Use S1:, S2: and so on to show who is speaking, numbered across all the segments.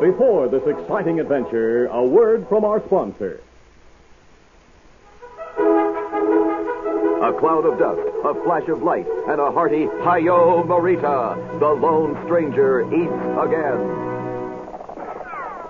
S1: Before this exciting adventure, a word from our sponsor.
S2: A cloud of dust, a flash of light, and a hearty Hi-Yo Marita. The lone stranger eats again.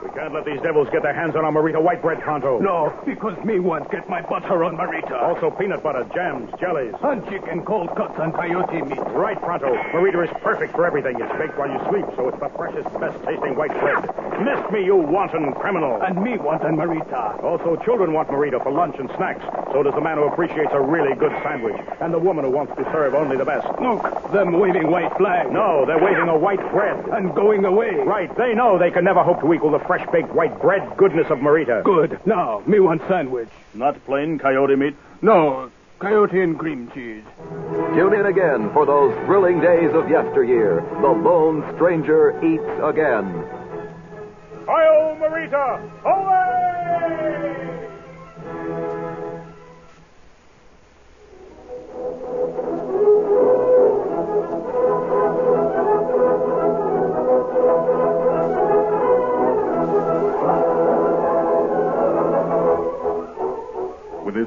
S3: We can't let these devils get their hands on our Marita white bread, Tonto.
S4: No, because me want get my butter on Marita.
S3: Also peanut butter, jams, jellies.
S4: And chicken, cold cuts, and coyote meat.
S3: Right, Pronto. Marita is perfect for everything. It's baked while you sleep, so it's the freshest, best tasting white bread. Miss me, you wanton criminal.
S4: And me want on Marita.
S3: also, children want Marita for lunch and snacks. So does the man who appreciates a really good sandwich. And the woman who wants to serve only the best.
S4: Look, them waving white flag.
S3: No, they're waving a white bread.
S4: And going away.
S3: Right, they know they can never hope to equal the fresh baked white bread goodness of Marita.
S4: Good. Now, me want sandwich.
S3: Not plain coyote meat.
S4: No, coyote and cream cheese.
S2: Tune in again for those thrilling days of yesteryear. The lone stranger eats again.
S3: Hail Marita! Away!
S5: With his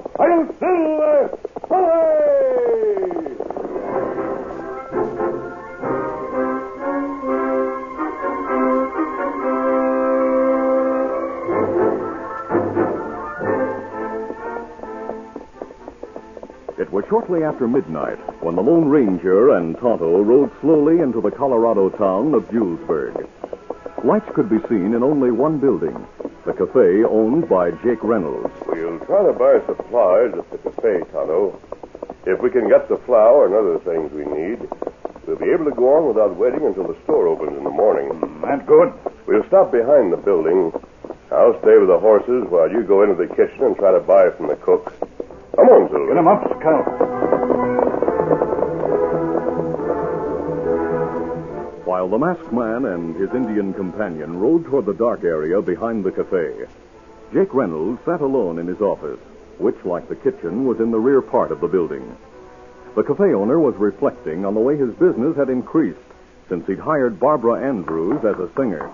S1: Hail Silver! Away!
S5: It was shortly after midnight when the Lone Ranger and Tonto rode slowly into the Colorado town of Julesburg. Lights could be seen in only one building, the cafe owned by Jake Reynolds.
S6: We'll try to buy supplies at the cafe, Tonto. If we can get the flour and other things we need, we'll be able to go on without waiting until the store opens in the morning.
S3: That Mm, good?
S6: We'll stop behind the building. I'll stay with the horses while you go into the kitchen and try to buy from the cook. Come on, Silver.
S3: Get 'em up, Scout.
S5: While the masked man and his Indian companion rode toward the dark area behind the cafe, Jake Reynolds sat alone in his office, which, like the kitchen, was in the rear part of the building. The cafe owner was reflecting on the way his business had increased since he'd hired Barbara Andrews as a singer.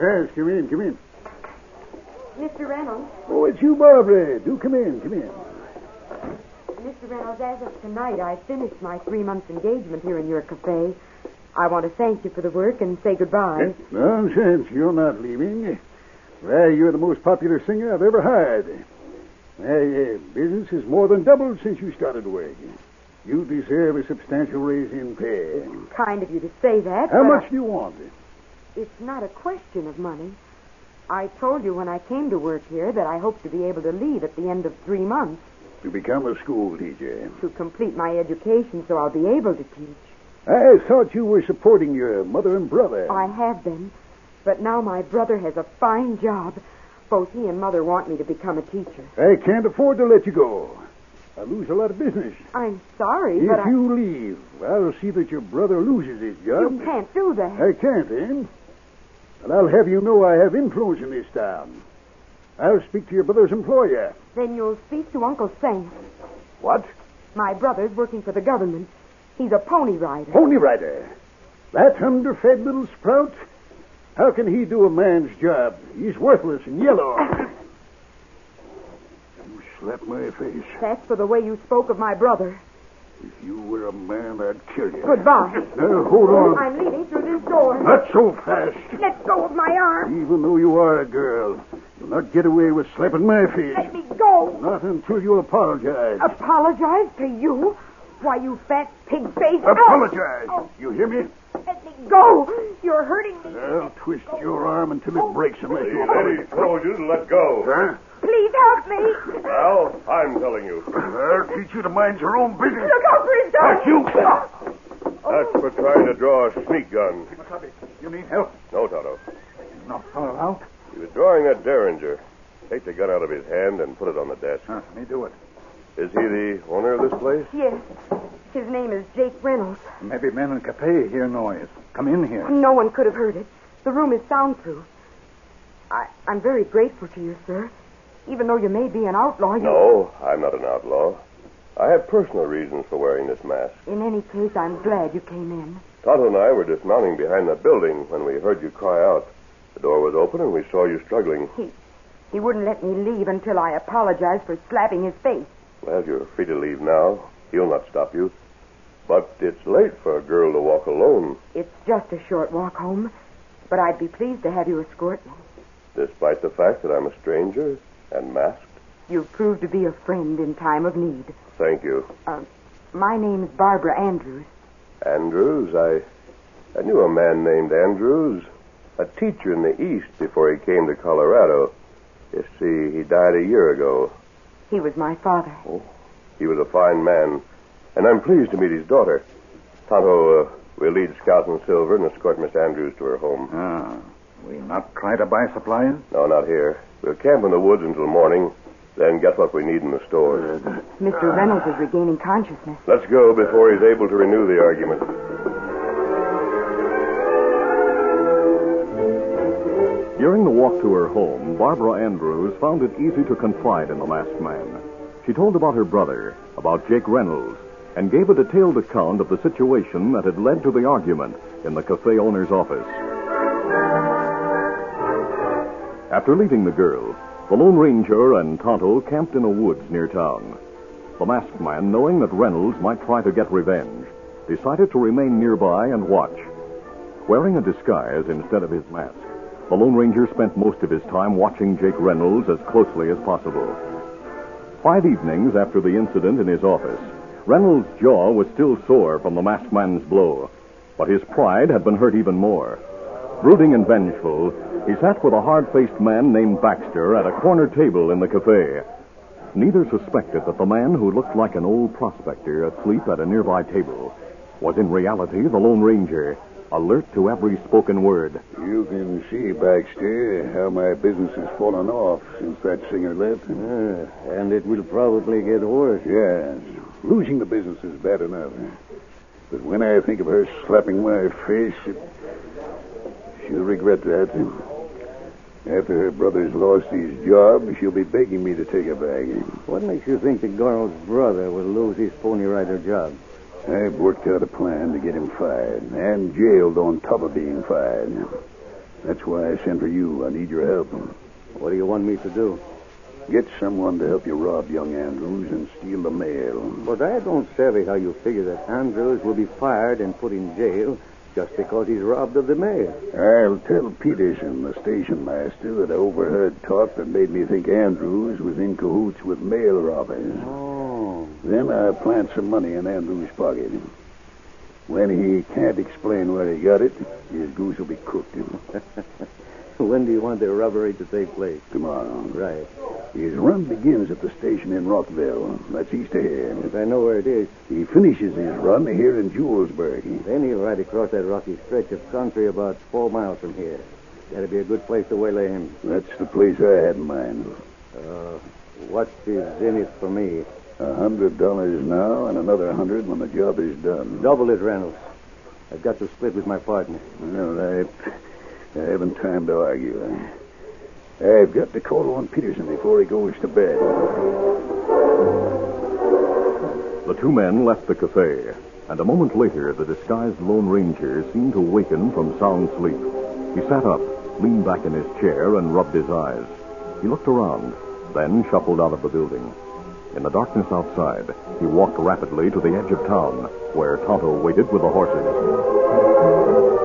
S7: Yes, come in, come in.
S8: Mr. Reynolds,
S7: Oh, it's you, Barbara. Do come in, come in.
S8: Mr. Reynolds, as of tonight, I finished my three months engagement here in your cafe. I want to thank you for the work and say goodbye.
S7: Nonsense. You're not leaving. Why, you're the most popular singer I've ever hired. My uh, business has more than doubled since you started work. You deserve a substantial raise in pay.
S8: Kind of you to say that.
S7: How
S8: but
S7: much do you want?
S8: It's not a question of money. I told you when I came to work here that I hoped to be able to leave at the end of three months
S7: To become a school teacher.
S8: to complete my education so I'll be able to teach.
S7: I thought you were supporting your mother and brother.
S8: I have been, but now my brother has a fine job. Both he and Mother want me to become a teacher.
S7: I can't afford to let you go. I lose a lot of business.
S8: I'm sorry,
S7: if
S8: but I...
S7: you leave, I'll see that your brother loses his job.
S8: you can't do that.
S7: I can't, eh? But I'll have you know I have influence in this town. I'll speak to your brother's employer.
S8: Then you'll speak to Uncle Sam.
S7: What?
S8: My brother's working for the government. He's a pony rider.
S7: Pony rider. That underfed little sprout? How can he do a man's job? He's worthless and yellow. you slapped my face.
S8: That's for the way you spoke of my brother.
S7: If you were a man, I'd kill you.
S8: Goodbye.
S7: Now, Uh, hold on.
S8: I'm leaving through this door.
S7: Not so fast.
S8: Let go of my arm.
S7: Even though you are a girl, you'll not get away with slapping my face.
S8: Let me go.
S7: Not until you apologize.
S8: Apologize to you? Why, you fat pig face.
S7: Apologize.
S8: Oh,
S7: You hear me?
S8: let me go. You're hurting me.
S7: I'll twist your arm until it breaks unless you
S6: Eddie told you to let go.
S7: Huh?
S8: Please help me.
S6: Well, I'm telling you.
S7: I'll teach you to mind your own business.
S8: Look out for his dog.
S7: you.
S6: That's for trying to draw a sneak gun.
S7: You need help.
S6: No, Toto.
S7: Not far out.
S6: He was drawing that Derringer. Take the gun out of his hand and put it on the desk.
S7: Huh, let me do it.
S6: Is he the owner of this place?
S8: Yes. His name is Jake Reynolds.
S7: Maybe men in Capet hear noise. Come in here.
S8: No one could have heard it. The room is soundproof. I, I'm very grateful to you, sir. Even though you may be an outlaw, you...
S6: No, I'm not an outlaw. I have personal reasons for wearing this mask.
S8: In any case, I'm glad you came in.
S6: Tonto and I were dismounting behind the building when we heard you cry out. The door was open and we saw you struggling.
S8: He wouldn't let me leave until I apologized for slapping his face.
S6: Well, you're free to leave now. He'll not stop you. But it's late for a girl to walk alone,
S8: It's just a short walk home, but I'd be pleased to have you escort me.
S6: despite the fact that I'm a stranger and masked.
S8: You've proved to be a friend in time of need. Uh,
S6: Thank you.
S8: My name's Barbara Andrews.
S6: Andrews, I, I knew a man named Andrews, a teacher in the East before he came to Colorado. You see, he died a year ago.
S8: He was my father.
S7: Oh.
S6: He was a fine man, and I'm pleased to meet his daughter. Tonto, uh, we'll lead Scout and Silver and escort Miss Andrews to her home.
S7: Ah, we'll not try to buy supplies.
S6: No, not here. We'll camp in the woods until morning, then get what we need in the stores.
S7: Uh,
S9: Ah.
S8: Mr. Reynolds is regaining consciousness.
S6: Let's go before he's able to renew the argument.
S5: During the walk to her home, Barbara Andrews found it easy to confide in the masked man. She told about her brother, about Jake Reynolds, and gave a detailed account of the situation that had led to the argument in the cafe owner's office. After leaving the girl, the Lone Ranger and Tonto camped in a woods near town. The masked man, knowing that Reynolds might try to get revenge, decided to remain nearby and watch. Wearing a disguise instead of his mask, the Lone Ranger spent most of his time watching Jake Reynolds as closely as possible. Five evenings after the incident in his office, Reynolds' jaw was still sore from the masked man's blow, but his pride had been hurt even more. Brooding and vengeful, he sat with a hard faced man named Baxter at a corner table in the cafe. Neither suspected that the man who looked like an old prospector asleep at a nearby table was in reality the Lone Ranger, alert to every spoken word.
S7: You can see, Baxter, how my business has fallen off since that singer left. Ah, and it will probably get worse. Yes. Losing the business is bad enough. But when I think of her slapping my face, it... she'll regret that. After her brother's lost his job, she'll be begging me to take her back.
S10: What makes you think the girl's brother will lose his Pony Rider job?
S7: I've worked out a plan to get him fired and jailed on top of being fired. That's why I sent for you. I need your help.
S10: What do you want me to do?
S7: Get someone to help you rob young Andrews and steal the mail.
S10: But I don't savvy how you figure that Andrews will be fired and put in jail just because he's robbed of the mail.
S7: I'll tell Peterson, the station master, that I overheard talk that made me think Andrews was in cahoots with mail robbers.
S10: Oh.
S7: Then I plant some money in Andrews' pocket. When he can't explain where he got it, his goose will be cooked
S10: When do you want the robbery to take place?
S7: tomorrow.
S10: Right.
S7: His run begins at the station in Rockville. That's east of here.
S10: If I know where it is,
S7: He finishes his run here in Julesburg.
S10: then he'll ride across that rocky stretch of country about four miles from here. That'd be a good place to waylay him.
S7: That's the place I had in mind.
S10: Uh, what is in it for me?
S7: A hundred dollars now and another hundred when the job is done.
S10: Double it, Reynolds. I've got to split with my partner.
S7: All right. I haven't time to argue. I've got to call on Peterson before he goes to bed.
S5: The two men left the cafe, and a moment later, the disguised Lone Ranger seemed to waken from sound sleep. He sat up, leaned back in his chair, and rubbed his eyes. He looked around, then shuffled out of the building. In the darkness outside, he walked rapidly to the edge of town, where Tonto waited with the horses.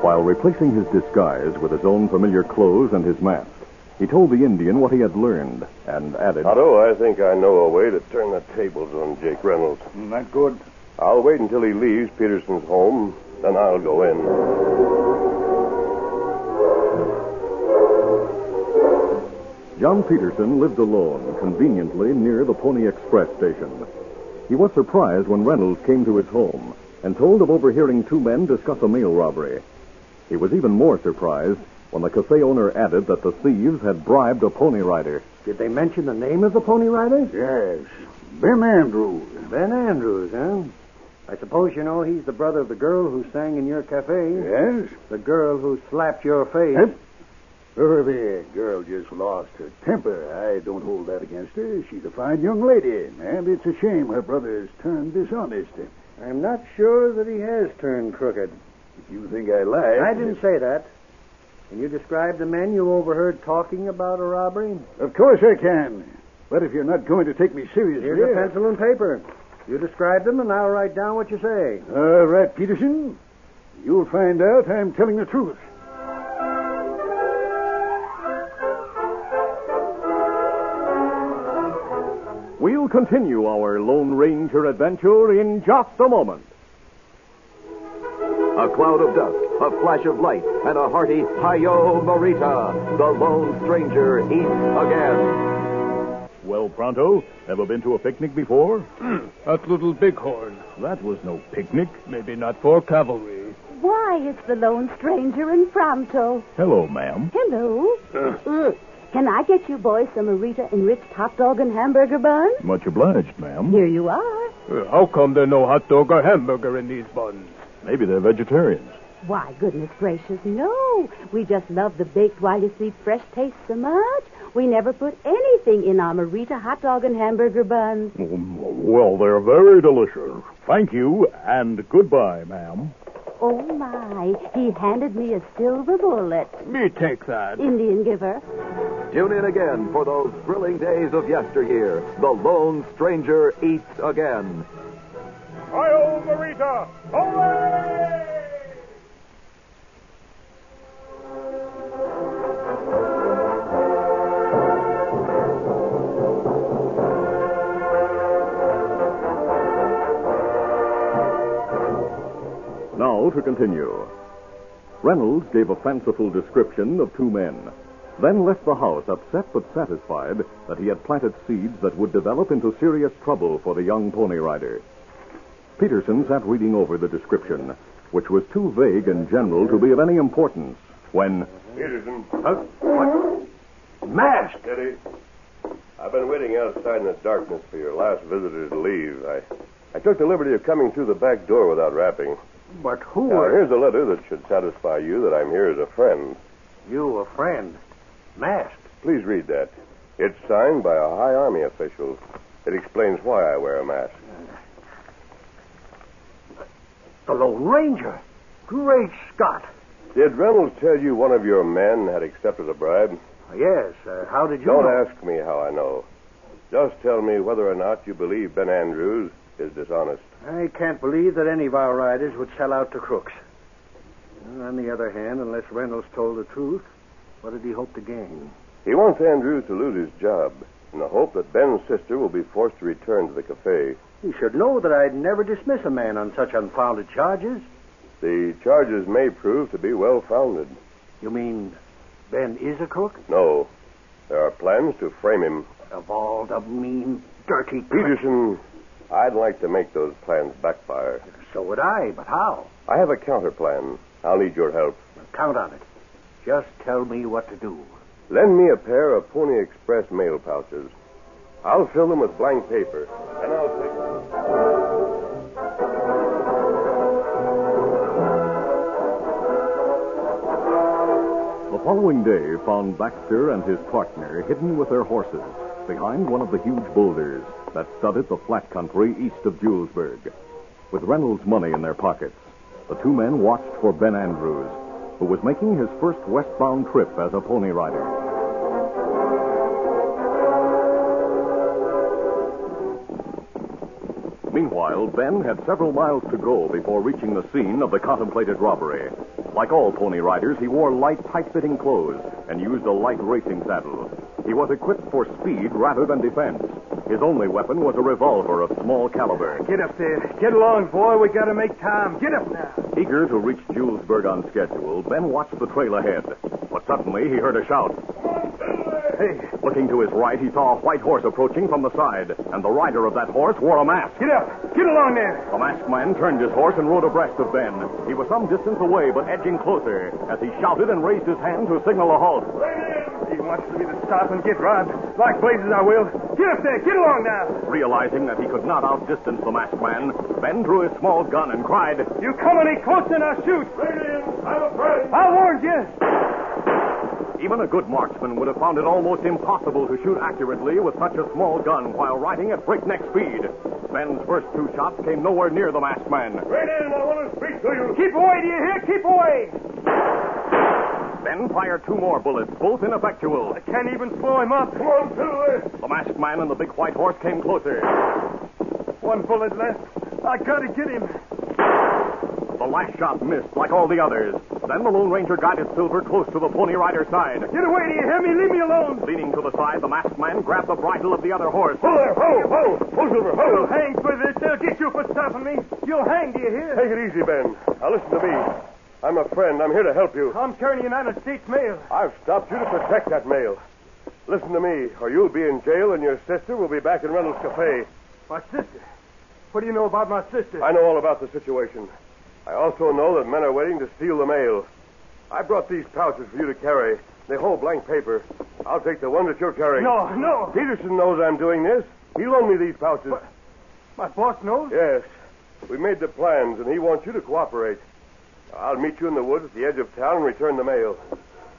S5: While replacing his disguise with his own familiar clothes and his mask, he told the Indian what he had learned and added,
S6: Otto, I think I know a way to turn the tables on Jake Reynolds.
S7: Not good.
S6: I'll wait until he leaves Peterson's home, then I'll go in.
S5: John Peterson lived alone, conveniently near the Pony Express station. He was surprised when Reynolds came to his home and told of overhearing two men discuss a mail robbery. He was even more surprised when the cafe owner added that the thieves had bribed a pony rider.
S10: Did they mention the name of the pony rider?
S7: Yes. Ben Andrews.
S10: Ben Andrews, huh? I suppose you know he's the brother of the girl who sang in your cafe.
S7: Yes?
S10: The girl who slapped your face.
S7: Yep. Over there, girl just lost her temper. I don't hold that against her. She's a fine young lady, and it's a shame her brother's turned dishonest. If
S10: I'm not sure that he has turned crooked.
S7: you think I lied.
S10: I didn't say that. Can you describe the men you overheard talking about a robbery?
S7: Of course I can. But if you're not going to take me seriously.
S10: Here's a pencil and paper. You describe them, and I'll write down what you say.
S7: All right, Uh, Peterson. You'll find out I'm telling the truth.
S5: We'll continue our Lone Ranger adventure in just a moment.
S2: A cloud of dust, a flash of light, and a hearty Hi-Yo Morita. The Lone Stranger eats again.
S5: Well, Pronto, ever been to a picnic before?
S9: Hmm.
S4: That little bighorn.
S5: That was no picnic.
S4: Maybe not for cavalry.
S11: Why, it's the lone stranger in Pronto.
S5: Hello, ma'am.
S11: Hello. Mm. Can I get you boys some Marita enriched hot dog and hamburger bun?
S5: Much obliged, ma'am.
S11: Here you are.
S4: Uh, How come there no hot dog or hamburger in these buns?
S5: Maybe they're vegetarians.
S11: Why, goodness gracious, no. We just love the baked while you sleep fresh taste so much. We never put anything in our Marita hot dog and hamburger buns.
S5: Oh, Well, they're very delicious. Thank you, and goodbye, ma'am.
S11: Oh, my. He handed me a silver bullet.
S4: Me take that.
S11: Indian giver.
S2: Tune in again for those thrilling days of yesteryear. The Lone Stranger eats again.
S3: Hi-Yo Morita! Away!
S5: Now to continue. Reynolds gave a fanciful description of two men, then left the house upset but satisfied that he had planted seeds that would develop into serious trouble for the young pony rider. Peterson sat reading over the description, which was too vague and general to be of any importance, when
S6: Peterson,
S4: Mask!
S6: steady. I've been waiting outside in the darkness for your last visitor to leave. I, I took the liberty of coming through the back door without rapping.
S10: But who
S6: Now,
S10: are
S6: here's a letter that should satisfy you that I'm here as a friend.
S10: you, a friend? Mask.
S6: Please read that. It's signed by a high army official. It explains why I wear a mask.
S10: The Lone Ranger. Great Scott.
S6: Did Reynolds tell you one of your men had accepted a bribe?
S10: Yes. Uh, how did you?
S6: Don't
S10: know?
S6: ask me how I know. Just tell me whether or not you believe Ben Andrews is dishonest.
S10: I can't believe that any of our riders would sell out to crooks. On the other hand, unless Reynolds told the truth, what did he hope to gain?
S6: He wants Andrews to lose his job in the hope that Ben's sister will be forced to return to the cafe.
S10: He should know that I'd never dismiss a man on such unfounded charges.
S6: The charges may prove to be well founded.
S10: You mean Ben is a crook?
S6: No. There are plans to frame him.
S10: Of all the mean, dirty crooks.
S6: Peterson, I'd like to make those plans backfire.
S10: So would I, but how?
S6: I have a counter plan. I'll need your help.
S10: Count on it. Just tell me what to do.
S6: Lend me a pair of Pony Express mail pouches. I'll fill them with blank paper, and I'll take.
S5: The following day found Baxter and his partner hidden with their horses behind one of the huge boulders that studded the flat country east of Julesburg. With Reynolds' money in their pockets, the two men watched for Ben Andrews, who was making his first westbound trip as a pony rider. Meanwhile, Ben had several miles to go before reaching the scene of the contemplated robbery. Like all pony riders, he wore light, tight fitting clothes and used a light racing saddle. He was equipped for speed rather than defense. His only weapon was a revolver of small caliber.
S9: Get upstairs. Get along, boy. We gotta make time. Get up now.
S5: Eager to reach Julesburg on schedule, Ben watched the trail ahead. But suddenly he heard a shout. Hey! Looking to his right, he saw a white horse approaching from the side, and the rider of that horse wore a mask.
S9: Get up. Get along there.
S5: The masked man turned his horse and rode abreast of Ben. He was some distance away, but edging closer, as he shouted and raised his hand to signal a halt.
S9: He wants me to stop and get robbed. Like blazes, I will. Get up there. Get along now.
S5: Realizing that he could not outdistance the masked man, Ben drew his small gun and cried,
S9: You come any closer and I'll shoot.
S1: I'm afraid.
S9: I warned you.
S5: Even a good marksman would have found it almost impossible to shoot accurately with such a small gun while riding at breakneck speed. Ben's first two shots came nowhere near the masked man.
S1: Right in. I want to speak to you.
S9: Keep away, do you hear? Keep away.
S5: Ben fired two more bullets, both ineffectual.
S9: I can't even slow him up.
S1: One, two,
S5: The masked man and the big white horse came closer.
S9: One bullet left. I gotta get him.
S5: The last shot missed, like all the others. Then the Lone Ranger guided Silver close to the Pony Rider's side.
S9: Get away, do you hear me? Leave me alone.
S5: Leaning to the side, the masked man grabbed the bridle of the other horse.
S1: Pull there, ho,
S9: Oh.
S1: ho, pull Silver,
S9: You'll
S1: ho.
S9: hang for this. They'll get you for stopping me. You'll hang, do you hear?
S6: Take it easy, Ben. Now listen to me. I'm a friend. I'm here to help you.
S9: I'm carrying United States mail.
S6: I've stopped you to protect that mail. Listen to me, or you'll be in jail and your sister will be back in Reynolds Cafe.
S9: My sister. What do you know about my sister?
S6: I know all about the situation. I also know that men are waiting to steal the mail. I brought these pouches for you to carry. They hold blank paper. I'll take the one that you're carrying.
S9: No, no.
S6: Peterson knows I'm doing this. He loaned me these pouches.
S9: But- My boss knows.
S6: Yes. We made the plans, and he wants you to cooperate. I'll meet you in the woods at the edge of town and return the mail.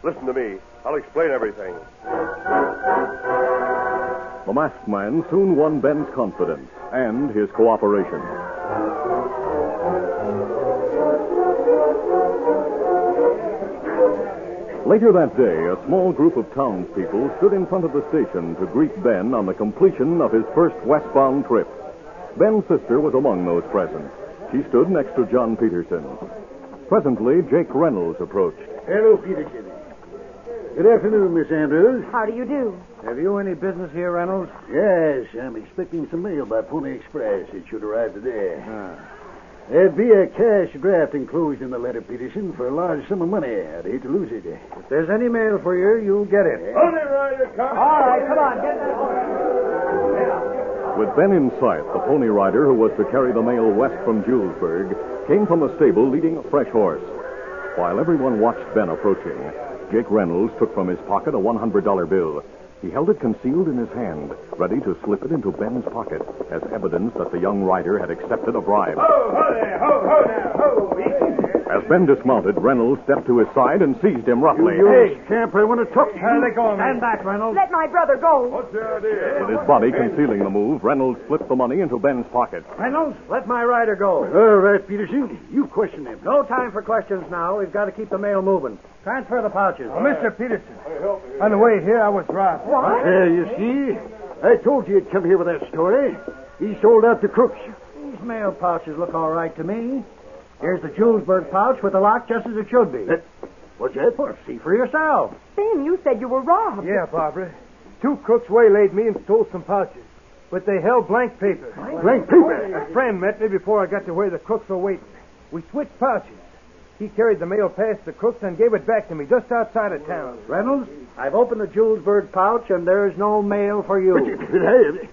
S6: Listen to me. I'll explain everything.
S5: The masked man soon won Ben's confidence and his cooperation. Later that day, a small group of townspeople stood in front of the station to greet Ben on the completion of his first westbound trip. Ben's sister was among those present. She stood next to John Peterson. Presently, Jake Reynolds approached.
S7: Hello, Peterson. Good afternoon, Miss Andrews.
S8: How do you do?
S10: Have you any business here, Reynolds?
S7: Yes, I'm expecting some mail by Pony Express. It should arrive today.
S10: Ah.
S7: There'd be a cash draft enclosed in the letter, Peterson, for a large sum of money. I'd hate to lose it.
S10: If there's any mail for you, you'll get it.
S1: Hold it, Ryder. Come.
S9: All right, come on. Get that
S5: With Ben in sight, the pony rider who was to carry the mail west from Julesburg came from a stable leading a fresh horse. While everyone watched Ben approaching, Jake Reynolds took from his pocket a $100 bill. He held it concealed in his hand, ready to slip it into Ben's pocket as evidence that the young rider had accepted a bribe.
S1: Ho, ho there, ho, ho now, ho. Easy there.
S5: As Ben dismounted, Reynolds stepped to his side and seized him roughly.
S7: You scamp, I want to talk to
S9: How'd
S7: you.
S9: they go, man?
S10: back, Reynolds.
S8: Let my brother go.
S1: What's your idea?
S5: With his body concealing the move, Reynolds slipped the money into Ben's pocket.
S10: Reynolds, let my rider go.
S7: All right, Peterson. You question him.
S10: No time for questions now. We've got to keep the mail moving. Transfer the pouches.
S9: Oh, Mr. Peterson. On the way here, I was robbed.
S8: What?
S7: There, you see. I told you he'd come here with that story. He sold out to crooks.
S10: These mail pouches look all right to me. Here's the Julesburg pouch with the lock just as it should be.
S7: That- What's that?
S10: Well, see for yourself.
S8: Ben, you said you were robbed.
S9: Yeah, Barbara. Two crooks waylaid me and stole some pouches. But they held blank paper.
S7: Blank paper.
S9: A friend met me before I got to where the crooks were waiting. We switched pouches. He carried the mail past the crooks and gave it back to me just outside of town.
S10: Reynolds, I've opened the Julesburg pouch and there's no mail for
S7: But
S10: you.
S7: you-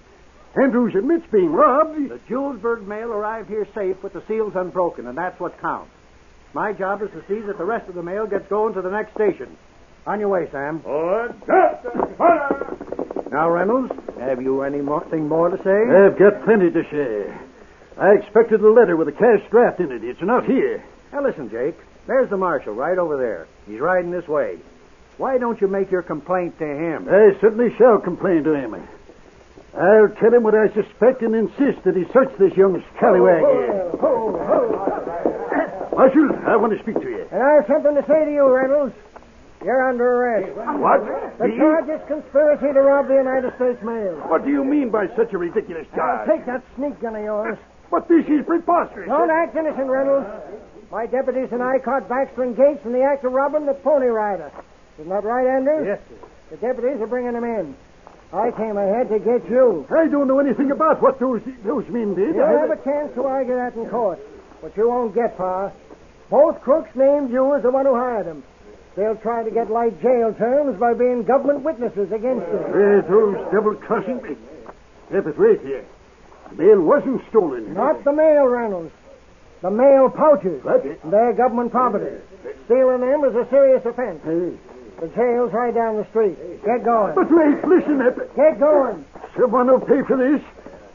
S7: Andrews admits being robbed.
S10: The Julesburg mail arrived here safe with the seals unbroken, and that's what counts. My job is to see that the rest of the mail gets going to the next station. On your way, Sam.
S1: All right. Fire.
S10: Now, Reynolds, have you any more thing more to say?
S7: I've got plenty to say. I expected a letter with a cash draft in it. It's not here.
S10: Now listen, Jake. There's the marshal right over there. He's riding this way. Why don't you make your complaint to him?
S7: I certainly shall complain to him. I'll tell him what I suspect and insist that he search this young scallywag here. Marshal, I want to speak to you.
S10: And I have something to say to you, Reynolds. You're under arrest.
S7: What?
S10: The charge is conspiracy to rob the United States mail.
S7: What do you mean by such a ridiculous
S10: Now, take that sneak gun of yours.
S7: But this is preposterous.
S12: Don't act innocent, Reynolds. My deputies and I caught Baxter and Gates from the act of robbing the Pony Rider. Isn't that right, Andrews?
S9: Yes, sir.
S12: The deputies are bringing him in. I came ahead to get you.
S7: I don't know anything about what those those men did.
S12: You'll
S7: I-
S12: have a chance to argue that in court, but you won't get far. Both crooks named you as the one who hired them. They'll try to get light jail terms by being government witnesses against you.
S7: Uh, those double crossing. That was right here. The mail wasn't stolen.
S12: Not the mail, Reynolds. The mail pouches.
S7: But it-
S12: They're government property. Stealing them is a serious offense. The jail's right down the street. Get going.
S7: But wait, listen, Ep-
S12: Get going.
S7: Someone will pay for this.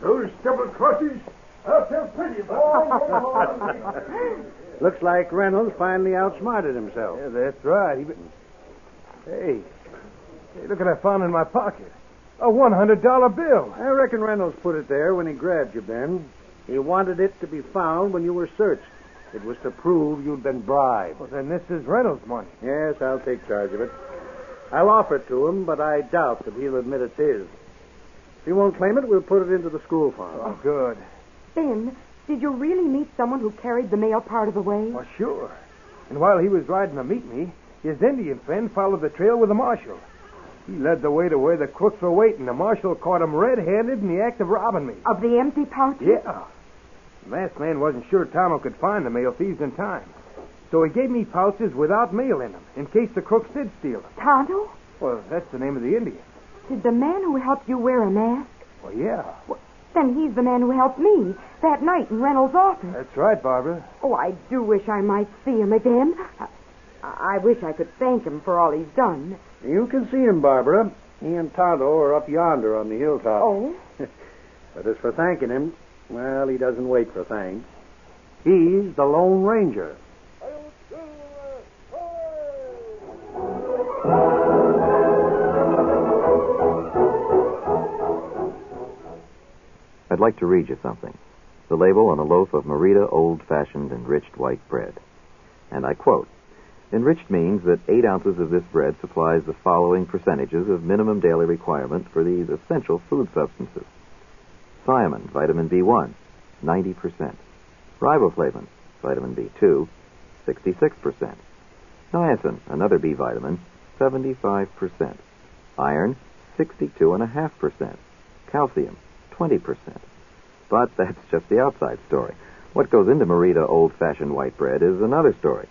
S7: oh, Those double crosses. I'll tell plenty about
S10: Looks like Reynolds finally outsmarted himself.
S9: Yeah, that's right. He... Hey. Hey, look what I found in my pocket. A $100 bill.
S10: I reckon Reynolds put it there when he grabbed you, Ben. He wanted it to be found when you were searched. It was to prove you'd been bribed.
S9: Well, then this is Reynolds' money.
S10: Yes, I'll take charge of it. I'll offer it to him, but I doubt that he'll admit it's his. If he won't claim it, we'll put it into the school fund.
S9: Oh, good.
S8: Ben, did you really meet someone who carried the mail part of the way?
S9: Well, sure. And while he was riding to meet me, his Indian friend followed the trail with the marshal. He led the way to where the crooks were waiting. The marshal caught him red-handed in the act of robbing me.
S8: Of the empty pouches?
S9: Yeah. The masked man wasn't sure Tonto could find the mail thieves in time. So he gave me pouches without mail in them, in case the crooks did steal them.
S8: Tonto?
S9: Well, that's the name of the Indian.
S8: Did the man who helped you wear a mask?
S9: Well, yeah.
S8: Then he's the man who helped me that night in Reynolds' office.
S9: That's right, Barbara.
S8: Oh, I do wish I might see him again. I, I wish I could thank him for all he's done.
S10: You can see him, Barbara. He and Tonto are up yonder on the hilltop.
S8: Oh?
S10: But as for thanking him, well, he doesn't wait for thanks. He's the Lone Ranger.
S2: I'd like to read you something. The label on a loaf of Merida old fashioned enriched white bread. And I quote Enriched means that eight ounces of this bread supplies the following percentages of minimum daily requirement for these essential food substances thiamine, vitamin B1, 90%. Riboflavin, vitamin B2, 66%. Niacin, another B vitamin, 75%. Iron, 62.5%. Calcium, 20%. But that's just the outside story. What goes into Merida old fashioned white bread is another story.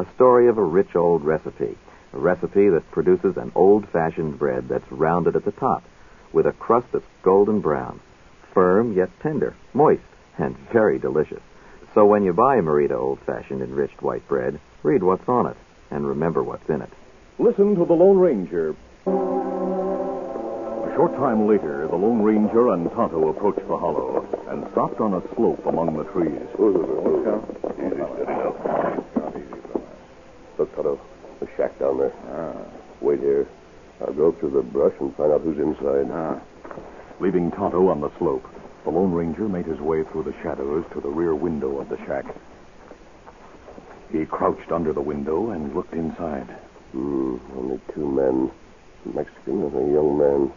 S2: A story of a rich old recipe. A recipe that produces an old fashioned bread that's rounded at the top, with a crust that's golden brown, firm yet tender, moist, and very delicious. So when you buy Merida old fashioned enriched white bread, read what's on it and remember what's in it.
S5: Listen to the Lone Ranger. A short time later, the Lone Ranger and Tonto approached the hollow and stopped on a slope among the trees.
S6: Look, Toto, the shack down there. Wait here. I'll go through the brush and find out who's inside.
S5: Leaving Tonto on the slope, the Lone Ranger made his way through the shadows to the rear window of the shack. He crouched under the window and looked inside.
S6: Hmm, only two men. A Mexican and a young man.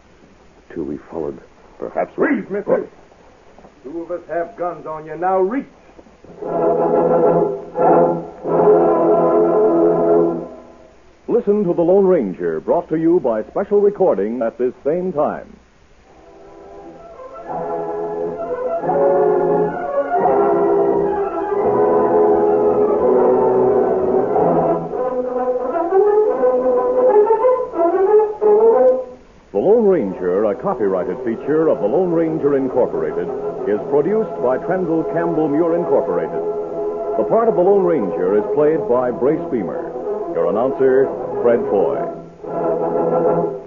S6: The two we followed. Perhaps.
S9: Freeze, mister.
S6: Oh,
S9: Two of us have guns on you. Now reach.
S5: Listen to The Lone Ranger, brought to you by special recording at this same time. The Lone Ranger, a copyrighted feature of The Lone Ranger Incorporated, is produced by Trendle Campbell Muir Incorporated. The part of The Lone Ranger is played by Brace Beamer. Your announcer, Fred Foy.